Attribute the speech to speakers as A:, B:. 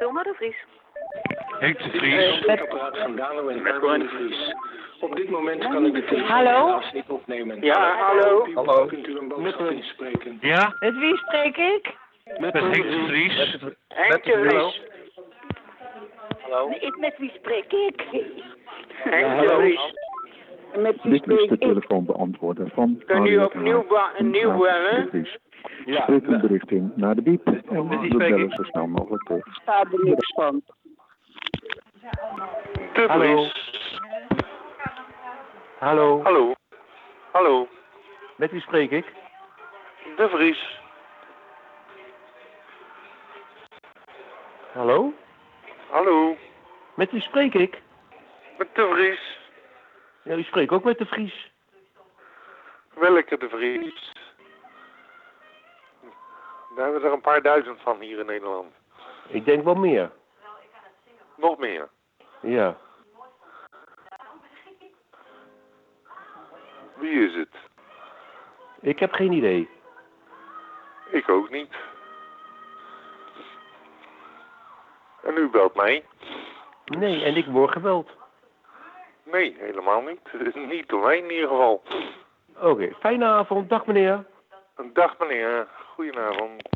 A: Wilma de Vries.
B: Henk de Vries.
C: Met... van Dalen en Erwin de Vries. Op dit moment kan ik de telefoon
D: Hallo?
C: helaas niet opnemen.
E: Ja, hallo.
F: Hallo.
C: Kunt u een boodschap inspreken?
B: Ja,
D: Met wie spreek ik?
C: Met
B: met Henk de Vries.
F: Met-
E: Henk de Vries.
F: Hallo.
A: Ik, met wie spreek ik?
E: Henk de Vries.
D: Met wie
G: Dit is
D: spreek
G: de
D: ik?
G: telefoon beantwoorden van...
E: Kan u
G: Radio
E: opnieuw ba-
G: en
E: nieuw
G: Radio
E: bellen?
G: de Vries.
F: Ja,
G: Spreek uw bericht in naar de biep en
B: Met
G: we
B: wie spreek
G: bellen
B: ik?
G: zo snel mogelijk terug.
D: Ik sta er niks van.
E: De
F: Hallo.
E: Vries.
F: Hallo.
E: Hallo. Hallo.
F: Met wie spreek ik?
E: De Vries.
F: Hallo.
E: Hallo.
F: Met wie spreek ik?
E: Met De Vries.
F: Ja, u spreekt ook met de Vries.
E: Welke De Vries? Daar hebben we er een paar duizend van hier in Nederland.
F: Ik denk wel meer.
E: Nog meer.
F: Ja.
E: Wie is het?
F: Ik heb geen idee.
E: Ik ook niet. En u belt mij?
F: Nee, en ik word geweld.
E: Nee, helemaal niet. Niet door mij in ieder geval.
F: Oké, fijne avond. Dag meneer.
E: Dag meneer, goedenavond.